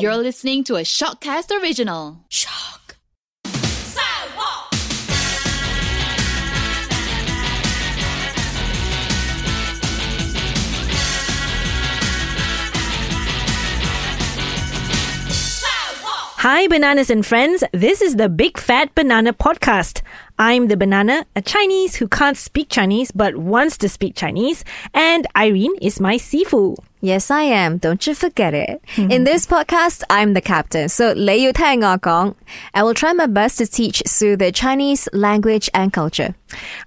You're listening to a Shockcast original. Shock. Hi, bananas and friends. This is the Big Fat Banana Podcast. I'm the banana, a Chinese who can't speak Chinese but wants to speak Chinese, and Irene is my sifu. Yes, I am. Don't you forget it. Mm-hmm. In this podcast, I'm the captain. So, 你要聽我講. I will try my best to teach Sue the Chinese language and culture.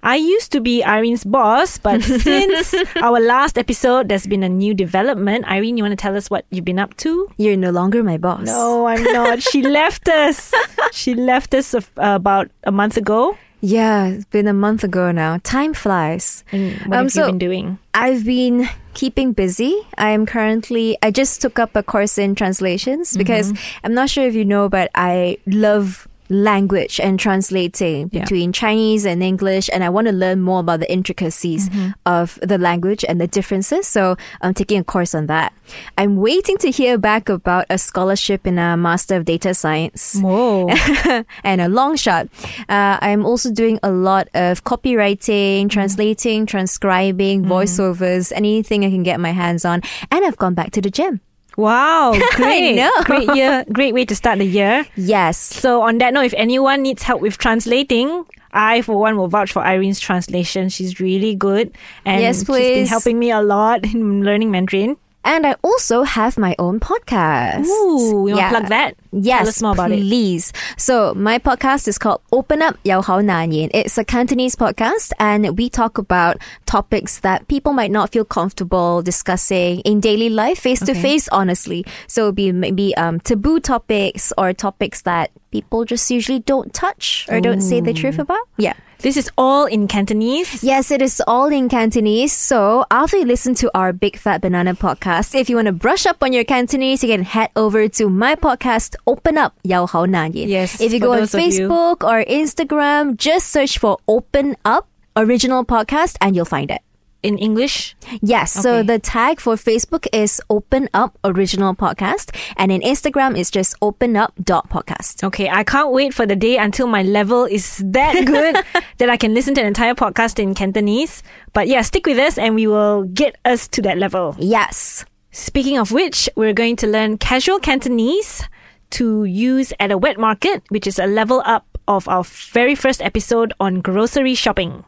I used to be Irene's boss, but since our last episode, there's been a new development. Irene, you want to tell us what you've been up to? You're no longer my boss. No, I'm not. She left us. She left us of- about a month ago. Yeah, it's been a month ago now. Time flies. And Mm, what Um, have you so- been doing? I've been keeping busy. I am currently, I just took up a course in translations because I'm not sure if you know, but I love language and translating Yeah. between Chinese and English. And I want to learn more about the intricacies of the language and the differences. So I'm taking a course on that. I'm waiting to hear back about a scholarship in a Master of Data Science Whoa. and a long shot. Uh, I'm also doing a lot of Mm-hmm. copywriting, translating, transcribing, voiceovers, anything I can get my hands on. And I've gone back to the gym. Wow, great. know. Great year. Great way to start the year. Yes. So on that note, if anyone needs help with translating, I for one will vouch for Irene's translation. She's really good, and Yes, she's been please. helping me a lot in learning Mandarin. And I also have my own podcast. Ooh, you want to plug that? Yes, tell us more about it. please. So my podcast is called Open Up Yao Hao Nan Yin. It's a Cantonese podcast, and we talk about topics that people might not feel comfortable discussing in daily life, face to face. Honestly, so it'll be maybe um, taboo topics or topics that people just usually don't touch or don't say the truth about. Yeah. This is all in Cantonese. Yes, it is all in Cantonese. So after you listen to our Big Fat Banana podcast, if you want to brush up on your Cantonese, you can head over to my podcast, Open Up Yao Hao Nan Yin. Yes, If you for go on those of you- Facebook or Instagram, just search for Open Up Original Podcast and you'll find it. In English, Yes, so Okay. the tag for Facebook is Open Up Original Podcast and in Instagram it's just Open Up dot Podcast. okay. I can't wait for the day until my level is that good that I can listen to an entire podcast in Cantonese. But yeah, stick with us, and we will get us to that level. Yes. Speaking of which, we're going to learn casual Cantonese to use at a wet market, which is a level up of our very first episode on grocery shopping.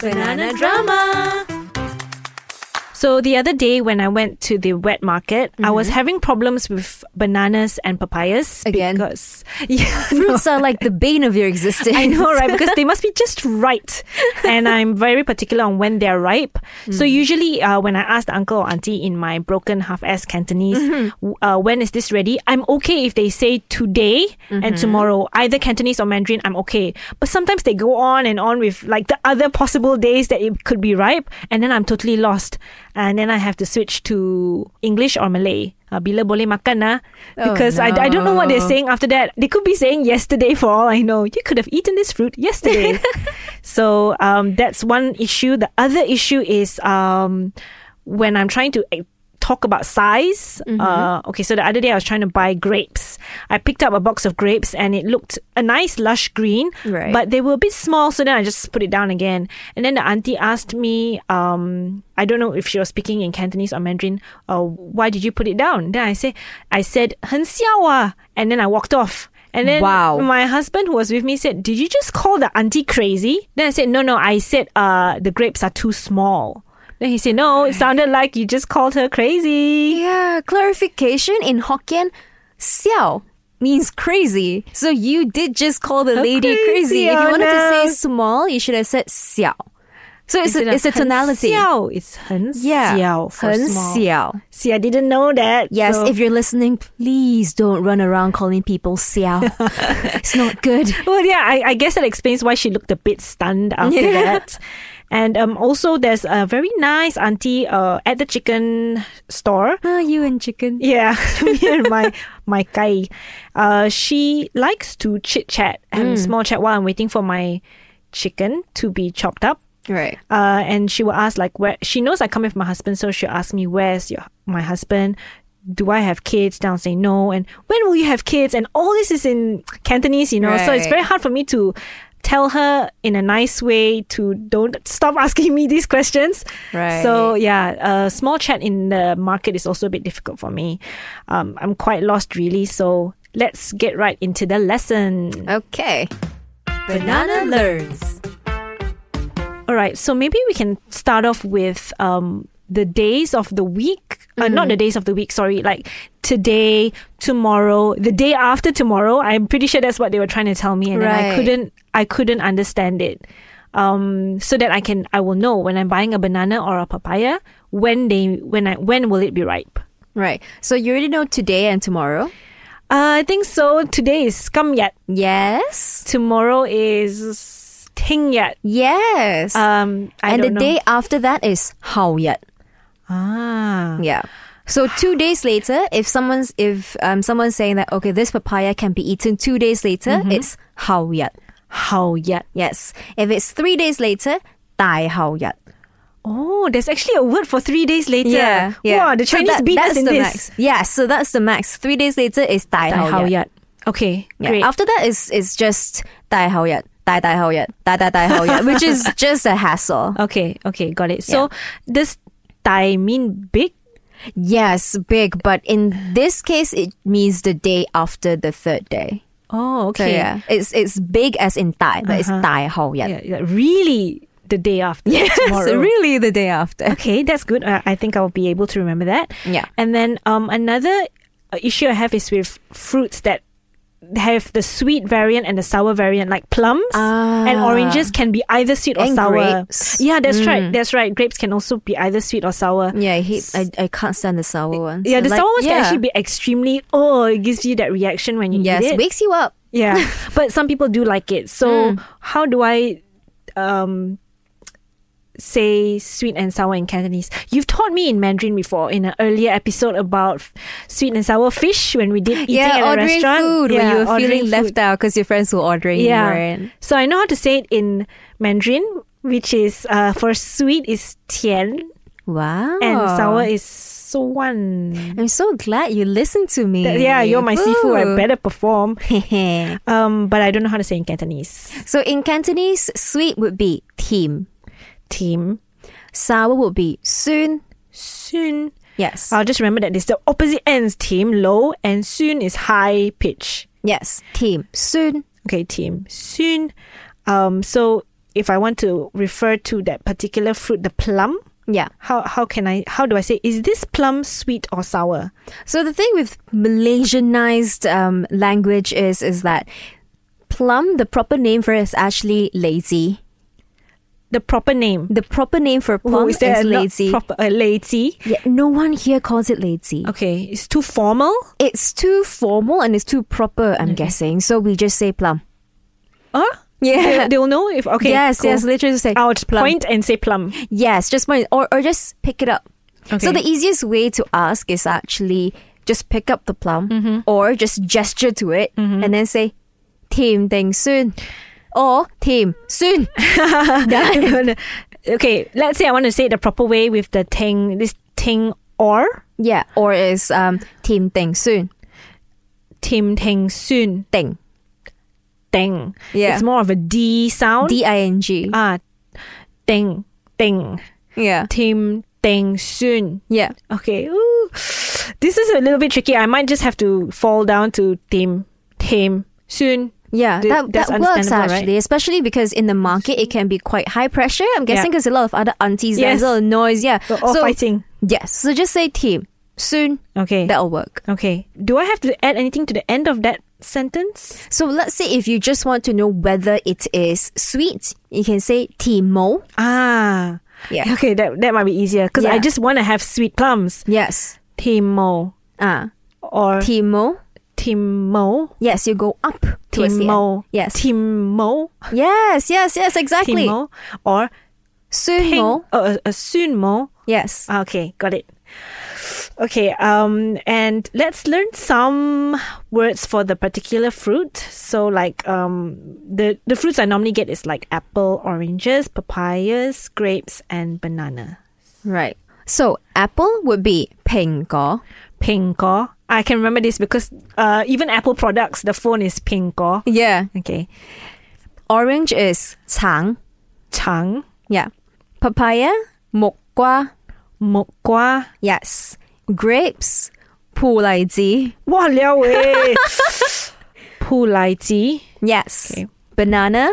Banana drama. So the other day when I went to the wet market, I was having problems with bananas and papayas Again. because yeah, Fruits are like the bane of your existence. I know, right? Because they must be just right. And I'm very particular on when they're ripe. So usually, uh, when I ask the uncle or auntie in my broken half-ass Cantonese, w uh, when is this ready? I'm okay if they say today and tomorrow, either Cantonese or Mandarin. I'm okay. But sometimes they go on and on with like the other possible days that it could be ripe, and then I'm totally lost. And then I have to switch to English or Malay. Uh, bila boleh makan ah. Because I, I don't know what they're Oh, no. saying saying after that they could be saying yesterday for all i know you could have eaten this fruit yesterday so um, that's one issue the other issue is um, when i'm trying to eh, talk about size Mm-hmm. uh, okay so the other day i was trying to buy grapes i picked up a box of grapes and it looked a nice lush green Right. but they were a bit small so then i just put it down again and then the auntie asked me um, i don't know if she was speaking in cantonese or mandarin uh, why did you put it down then i say i said 很小啊 and then i walked off and then Wow. my husband who was with me said did you just call the auntie crazy then i said no no i said uh, the grapes are too small then he said no it sounded like you just called her crazy Yeah, clarification in Hokkien, xiao means crazy. So you did just call the lady crazy, crazy. If you oh wanted no. to say small, you should have said xiao. So it's a, it's a tonality. 很小, it's 很 Yeah. 小 for Hen small. xiao. See, I didn't know that. Yes, so- if you're listening, please don't run around calling people xiao. it's not good. Well, yeah, I, I guess that explains why she looked a bit stunned after that. And um, also, there's a very nice auntie uh, at the chicken store. Ah, you and chicken. Yeah, me and my my guy. Uh, she likes to chit chat and small chat while I'm waiting for my chicken to be chopped up. Right. Uh, and she will ask like where she knows I come with my husband, so she'll ask me where's your my husband. do I have kids? Then I'll say no. And when will you have kids? And all this is in Cantonese, you know. So it's Right. very hard for me to tell her in a nice way to don't stop asking me these questions. Right. So yeah, uh, small chat in the market is also a bit difficult for me. Um, I'm quite lost really. So let's get right into the lesson. Okay. Banana learns. All right. So maybe we can start off with um, the days of the week. Uh, Not Mm-hmm. the days of the week. Sorry. Like today, tomorrow, the day after tomorrow. I'm pretty sure that's what they were trying to tell me, and then I Right. couldn't. I couldn't understand it. Um, so that I can, I will know when I'm buying a banana or a papaya when they when I when will it be ripe. Right. So you already know today and tomorrow. Uh, I think so. Today is Kam Yat. Yes. Tomorrow is Ting Yat. Yes. Um, I and the don't know. day after that is how yet. Ah. Yeah. So two days later, if someone's if um someone's saying that okay, this papaya can be eaten two days later, Mm-hmm. it's how yet. How Yat. Yes. If it's three days later, tai how yet. Oh, there's actually a word for three days later. Wow, the So Chinese that- beat us that's in the this. Max. Yeah. So that's the max. Three days later is tai Tai how hao yet. yat. Okay, Yeah. great. After that is is just tai how yet, tai tai how yet, tai tai tai how yet, which is just a hassle. Okay, okay, got it. So does Tai mean big? Yes, big, but in this case, it means the day after the third day. Oh, So okay. yeah, it's it's big as in Thai, but it's Thai how yet. Yeah, yeah, Really, the day after tomorrow. really the day after. Okay, that's good. I, I think I'll be able to remember that. Yeah. And then um, another uh, issue I have is with fruits that have the sweet variant and the sour variant, like plums and oranges can be either sweet or Ah. And sour. grapes. Mm. Yeah, that's right. That's right. Grapes can also be either sweet or sour. Yeah, I hate. I, I can't stand the sour ones. Yeah, the Like- sour ones yeah. can actually be extremely. Oh, it gives you that reaction when you Yes, eat it. wakes you up. Yeah, but some people do like it. Hmm. So how do I um, say sweet and sour in Cantonese? You've taught me in Mandarin before in an earlier episode about f- sweet and sour fish when we did eating at a ordering restaurant. food when Yeah, you were ordering feeling food. left out because your friends were ordering. you Yeah. weren't. So I know how to say it in Mandarin, which is uh, for sweet is tian Wow. and sour is suan. I'm so glad you listened to me. Yeah, you're my seafood. I Ooh. better perform. Heh. Um, but I don't know how to say in Cantonese. so in Cantonese, sweet would be team. Team Sour would be soon. Uh, soon. Yes. I'll just remember that it's the opposite ends. Team low and soon is high pitch. yes. Team. Soon. Okay, team soon. Um, so if I want to refer to that particular fruit, the plum, Yeah. how how can I how do I say is this plum sweet or sour? So the thing with Malaysianized um, language is is that plum, the proper name for it is actually lazy. The proper name. The proper name for Ooh, plum is there a not lazy. Proper uh, lazy. yeah, no one here calls it lazy. Okay, it's too formal. It's too formal and it's too proper. Mm-hmm. I'm guessing. So we just say plum. Huh? Yeah. Uh, They, will know if okay. yes. cool. Yes. Literally just say I'll just plum. point and say plum. Yes. Just point or or just pick it up. So the easiest way to ask is actually just pick up the plum Mm-hmm. or just gesture to it and then say team thing soon or team soon. okay, let's say I want to say it the proper way with the ting this ting or yeah, or is um team thing soon tim ting soon thing. ting. Yeah. It's more of a D sound. D I N G. ah ting ting Yeah. tim ting soon. Yeah. Okay. Ooh. This is a little bit tricky. I might just have to fall down to tim tim soon. Yeah, Th- that, that's that works understandable, actually, especially because in the market it can be quite high pressure. I'm guessing Yeah. because a lot of other aunties, Yes. there's a lot of noise. Yeah. We're all fighting. Yes. So just say team soon. Okay. That'll work. okay. Do I have to add anything to the end of that sentence? So let's say if you just want to know whether it is sweet, you can say timo. Ah. Yeah. Okay, that that might be easier because I Yeah. just want to have sweet plums. Yes. Timo Ah, or timo. Timo. Yes, you go up towards the end. Timo. Yes. Timo. yes, yes, yes, exactly. Timo or Ping. Sunmo. Uh, uh, Sunmo. Yes. Okay, got it. Okay, um, and let's learn some words for the particular fruit. So, like, um, the the fruits I normally get is like apple, oranges, papayas, grapes, and banana. Right. So apple would be pengo. Pinko. I can remember this because uh, even Apple products, the phone is Pinko. Yeah. Okay. Orange is tang. Chang, Yeah. Papaya mokgwa. Mokwa. Yes. Grapes pulaizi. Wow, Liao Wei. Pulai Ji. Yes. Okay. Banana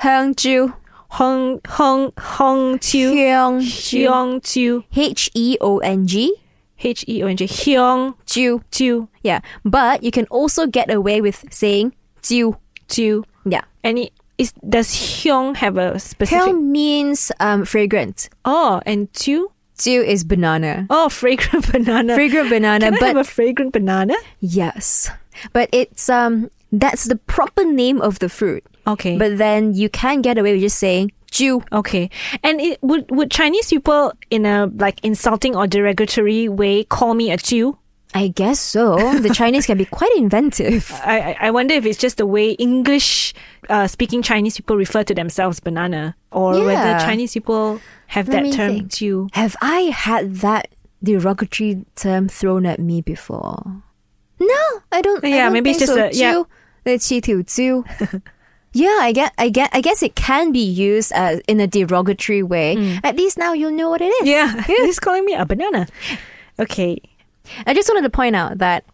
hangju. Hong Hong Hong Chu. Hyung Hyong Chu. H E O N G. H E O N G. Hyong Ju. Chu. Yeah. But you can also get away with saying ju. Chu. Yeah. And it, is, does Hyong have a specific? Hyung means um, fragrant. Oh, and Chu? Ju is banana. Oh, fragrant banana. Fragrant banana, Can I but have a fragrant banana? yes. But it's um that's the proper name of the fruit. Okay. But then you can get away with just saying ju. Okay, and it, would would Chinese people in a like insulting or derogatory way call me a Jew? I guess so. The Chinese can be quite inventive. I I- I wonder if it's just the way English uh, speaking Chinese people refer to themselves banana, or Yeah. whether Chinese people have Let that me term think. Jew. Have I had that derogatory term thrown at me before? No, I don't. I Yeah, don't maybe think it's just so. a- yeah. Ju, the qi ju. Yeah, I get, I get, I guess it can be used as in a derogatory way. Hmm. At least now you'll know what it is. Yeah, he's calling me a banana. Okay, I just wanted to point out that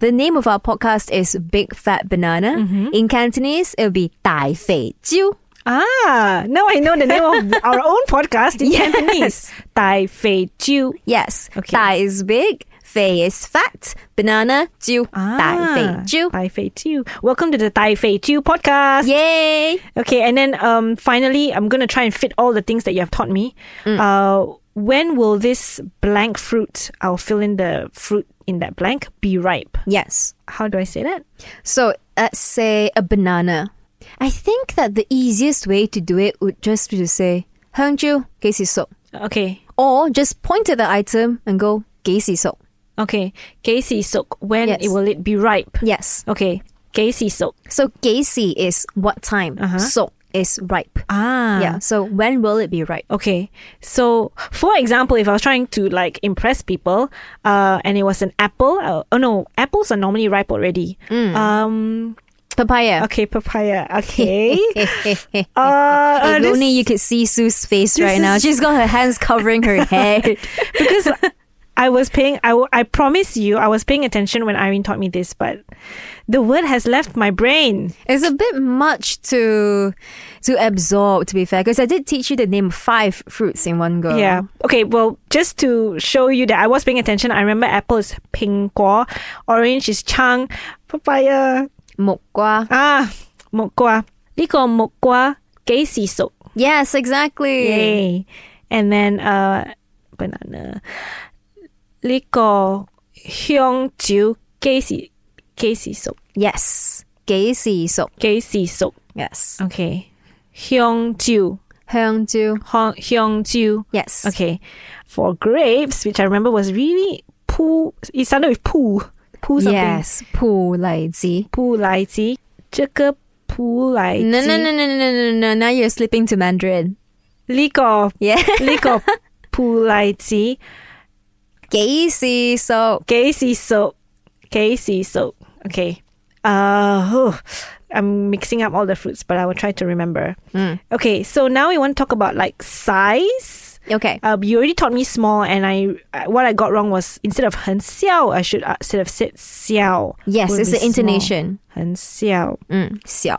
the name of our podcast is Big Fat Banana. Mm-hmm. In Cantonese, it'll be Tai Fei Jiu. ah, now I know the name of our own podcast in Cantonese. Tai Fei Jew. Yes. Okay. Tai is big, Fei is fat, banana Jiu. Tai Fei Jiu. Tai Fei Jew. Welcome to the Tai Fei Jew podcast. Yay! Okay, and then um, finally, I'm gonna try and fit all the things that you have taught me. Uh, when will this blank fruit? I'll fill in the fruit in that blank. Be ripe. Yes. How do I say that? So let's say a banana. I think that the easiest way to do it would just be to say, Heng Jiu, so. Okay, Or just point at the item and go, so. okay. Casey soak. When Yes. it will it be ripe? Yes. Okay, Casey soak. So gacy is what time, Uh-huh. so is ripe. Ah, Yeah. So when will it be ripe? Okay. So, for example, if I was trying to like impress people, uh, and it was an apple. Uh, oh no, apples are normally ripe already. Um. Papaya. Okay, papaya. Okay. uh, uh, if this- only you could see Sue's face this right now. is- She's got her hands covering her head. because I was paying. I, w- I promise you, I was paying attention when Irene taught me this, but the word has left my brain. It's a bit much to to absorb, to be fair, because I did teach you the name of five fruits in one go. Yeah. Okay. Well, just to show you that I was paying attention, I remember apple is pingguo, orange is chang, papaya. Mokgwa. Ah, mokgua. Liko mokgua gei si so. Yes, exactly. Yay. And then uh, banana. Liko hyung jiu gei si gei si so Yes. Gacy so. gei si so. Yes. Okay. Hyungju. Hyeongju. Hong- Hyungju. Yes. Okay. For grapes, which I remember was really poo. It started with poo. Poo something. Yes. Pu lai ji. Poo lai ji. 这个不来 No, no, no, no, no, no, no, no. Now you're slipping to Mandarin. 那个 Yeah. 那个不来鸡，给洗手，给洗手。Okay. Gacy so. Uh, oh, I'm mixing up all the fruits, but I will try to remember. Mm. Okay, so now we want to talk about like size. Okay. Uh, you already taught me small, and I uh, what I got wrong was instead of 很小, I should uh, instead of said 小. Yes, would it's be the intonation. small. 很小. Mm, xiao.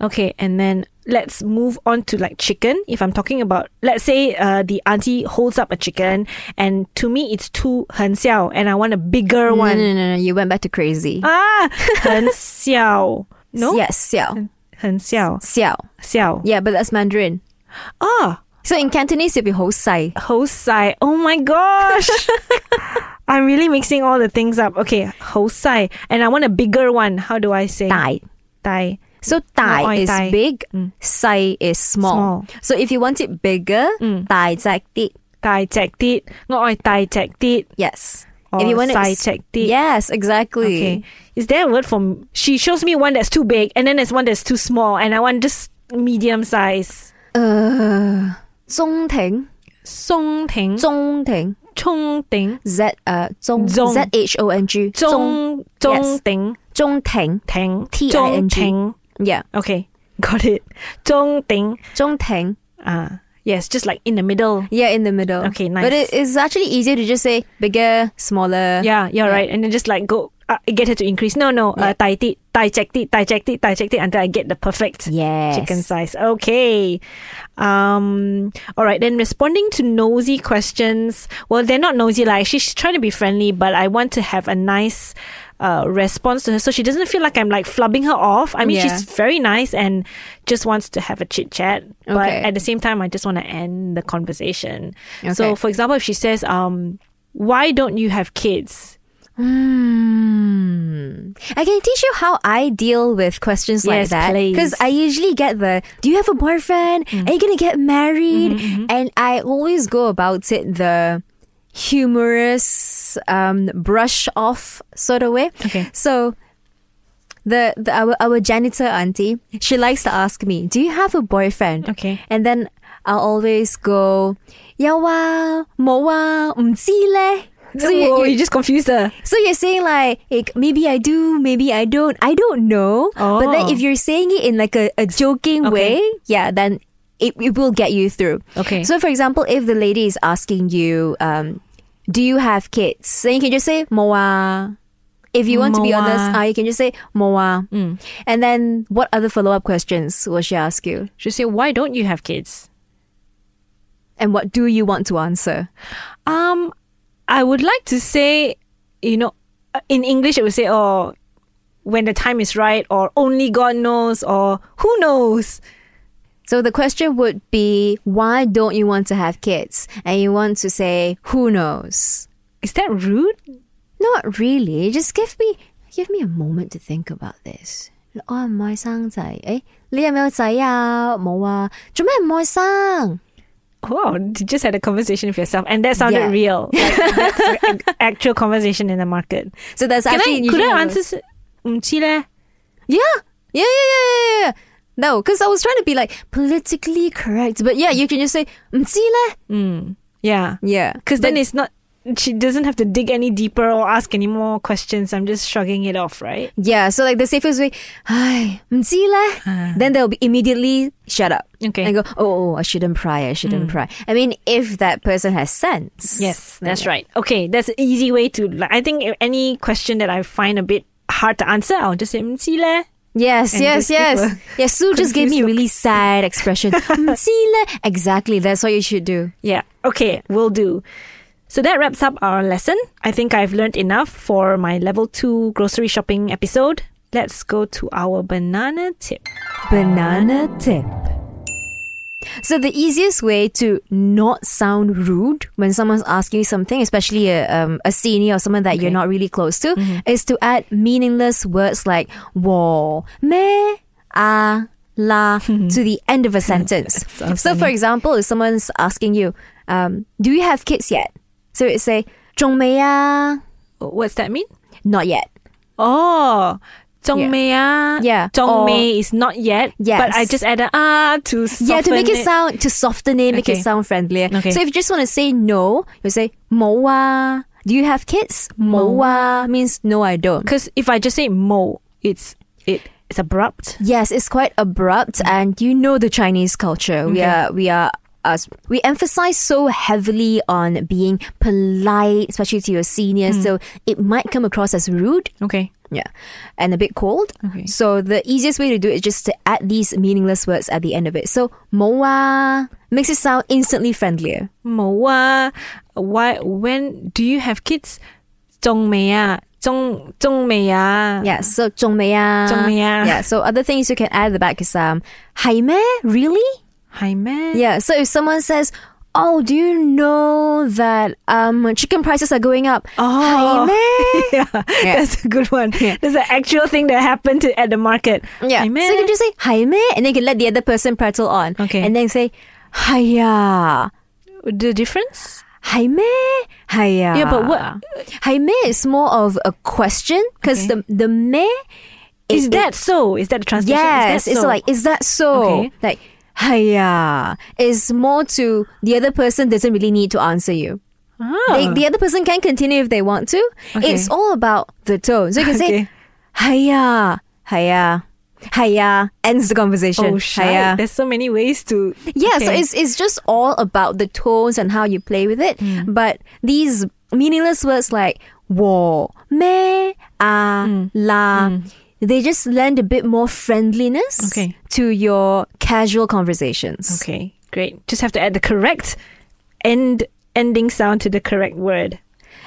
Okay, and then let's move on to like chicken. If I'm talking about, let's say uh, the auntie holds up a chicken, and to me it's too 很小, and I want a bigger No, no, one. no, no, You went back to crazy. Ah, 很小. No, Yes, xiao. 很小, Xiao. 小. Yeah, but that's Mandarin. Ah, So in Cantonese, it'd be ho sai. 猴塞. Oh my gosh. I'm really mixing all the things up. Okay, 猴塞, and I want a bigger one. How do I say? Tai. Tai. So No, tai oi, is tai. big, sai is small. Small. Mm. So if you want it bigger, tai zai ti. Tai check dit. tai check dit. Yes. Or if you want sai it, check dit. Yes, exactly. Okay. Is there a word for she shows me one that's too big and then there's one that's too small and I want just medium size. Uh, zongteng. Song Ting. Zong Ting. Chong Ting. Z uh Zong Zong. Z H O N G. yes. Zong Zong Ting. Zong Ting. Ting. T I Zhong N G. Ting. Yeah. Okay, got it. Zhong Ting. Zong Ting. Ah, yes, just like in the middle. Yeah, in the middle. Okay, nice. But it is actually easier to just say bigger, smaller. Yeah, you're right. And then just like go uh, get her to increase. No, no, uh, digest it, digest it, digest it, digest it until I get the perfect Yes. chicken size. Okay. Um. All right. Then responding to nosy questions. Well, they're not nosy. Like she's she's trying to be friendly, but I want to have a nice. Uh, response to her so she doesn't feel like I'm like flubbing her off. I mean, Yeah. she's very nice and just wants to have a chit chat, but Okay. at the same time, I just want to end the conversation. Okay. So, for example, if she says, um, why don't you have kids? Hmm. I can teach you how I deal with questions like Yes, that please. Mm-hmm. because I usually get the "Do you have a boyfriend? Are you gonna get married?" and I always go about it the humorous um, brush off sort of way. Okay. So the, the our, our janitor auntie, she likes to ask me, "Do you have a boyfriend?" Okay. And then I'll always go, "Yeah, wow, mo wow, So you- Whoa, you- you just confused her. so you're saying like, like, maybe I do, maybe I don't. I don't know. But then Oh. if you're saying it in like a, a joking Okay. way, yeah, then it, it will get you through. Okay. So for example, if the lady is asking you, um, do you have kids? Then you can just say moa. If you want to be Moa. Mm. honest, uh, you can just say moa. And then what other follow up questions will she ask you? She say, why don't you have kids? And what do you want to answer? Um, I would like to say, you know, uh, in English it would say, oh, when the time is right, or only God knows, or who knows. So the question would be, why don't you want to have kids? And you want to say, who knows? Is that rude? Not really. Just give me give me a moment to think about this. Oh, Eh? 我唔可以生仔，誒、欸，你有冇仔啊？冇啊，做咩唔可以生？ Wow, you just had a conversation with yourself, and that sounded Yeah. real. Like, that's an actual conversation in the market. So that's Can actually I, could usually I how it answer? goes. s- Mm, chile? Yeah, yeah, yeah, yeah, yeah, yeah. No, because I was trying to be like politically correct, but yeah, you can just say 唔知咧. Mm, yeah. Yeah, Because But- then it's not, she doesn't have to dig any deeper or ask any more questions. I'm just shrugging it off, right? yeah. So like the safest way, 唉，唔知咧. Then they'll be immediately shut up. Ah. Okay. Mm. And go, oh, oh, I shouldn't pry, I shouldn't pry. I mean, if that person has sense. yes, that's right. Okay, that's an easy way to, like, I think if any question that I find a bit hard to answer, I'll just say, "Mm, see leh." Yes, and yes, just give yes. a Yes, Sue just gave me a confused look. really sad expression. Mm, see le- exactly, that's what you should do. Yeah, okay, will do. So that wraps up our lesson. I think I've learned enough for my level two grocery shopping episode. Let's go to our banana tip. Banana tip. So the easiest way to not sound rude when someone's asking you something, especially a, um, a senior or someone that you're not really close to, is to add meaningless words like "wo," "me," "ah," "la" to the end of a sentence. so, for example, if someone's asking you, um, "Do you have kids yet?" So it say "中未啊?" What's that mean? Not yet. Yeah. Oh, zhongmei ah. Yeah, Zhongmei is not yet. Yes. But I just added ah to soften Yeah, to make it it sound to soften it, make it Okay. sound friendlier. Okay. So if you just want to say no, you say moa. Do you have kids? Moa means no, I don't. Because if I just say mo, it's it it's abrupt. Yes, it's quite abrupt, Mm-hmm. and you know the Chinese culture. We are we are us. We emphasize so heavily on being polite, especially to your seniors. Mm. So it might come across as rude. Okay. Yeah, and a bit cold. Okay. So the easiest way to do it is just to add these meaningless words at the end of it. So moa makes it sound instantly friendlier. Mo wa why when do you have kids? Zhongmei ah. Zhong zhongmei ah. Yeah, so 中美啊.中美啊. Yeah, so other things you can add at the back is um, 係咩? Really? Hi man. Yeah, so if someone says, "Oh, do you know that um chicken prices are going up?" 係 Oh. 咩? yeah, that's a good one. That's an actual thing that happened to, at the market. Yeah. Hi, So you man. can just say "係咩?" and then you can let the other person prattle on. Okay. And then say "係啊." the difference? 係咩? "係啊." Yeah, but Ah. what- 係咩? is more of a question because Okay. the the me Is that so? Is that the translation? Yes, is that it's so? like is that so? Okay. Like Haya is more to the other person doesn't really need to answer you. Ah. They, the other person can continue if they want to. Okay. It's all about the tone. So you can Okay. say, Haya, Haya, Haya, ends the conversation. Oh, shit. Haya. There's so many ways to. Yeah, so Okay. it's it's just all about the tones and how you play with it. Mm. But these meaningless words like wo, me, ah, Mm. la, they just lend a bit more friendliness Okay. to your casual conversations. Okay, great. Just have to add the correct end ending sound to the correct word.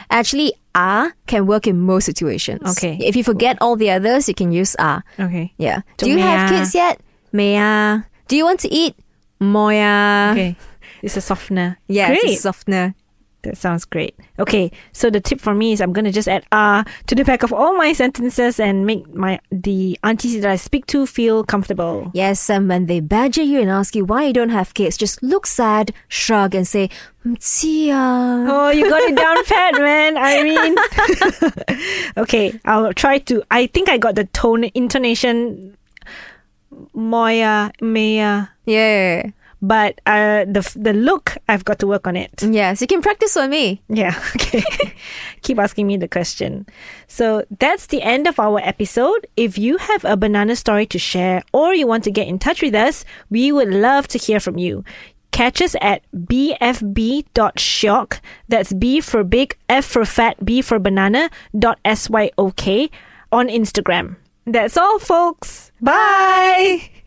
Actually, ah can work in most situations. Okay. If you forget all the others, you can use ah. Okay. Yeah. So Do you me have ah. kids yet? Me ah. Do you want to eat? Moya. Okay. It's a softener. Yeah, great. Uh. it's a softener. That sounds great. Okay, so the tip for me is I'm gonna just add ah to the back of all my sentences and make my the aunties that I speak to feel comfortable. Yes, and when they badger you and ask you why you don't have kids, just look sad, shrug, and say, "Hmm, Mtia. Oh, you got it down pat, man. I mean, okay, I'll try to. I think I got the tone intonation, Moya, Maya, Yeah. but uh, the f- the look I've got to work on it. Yes, you can practice on me. Yeah, okay. Keep asking me the question. So that's the end of our episode. If you have a banana story to share or you want to get in touch with us, we would love to hear from you. Catch us at bfb.shock. That's B for big, F for fat, B for banana, dot S Y O K on Instagram. That's all, folks. Bye.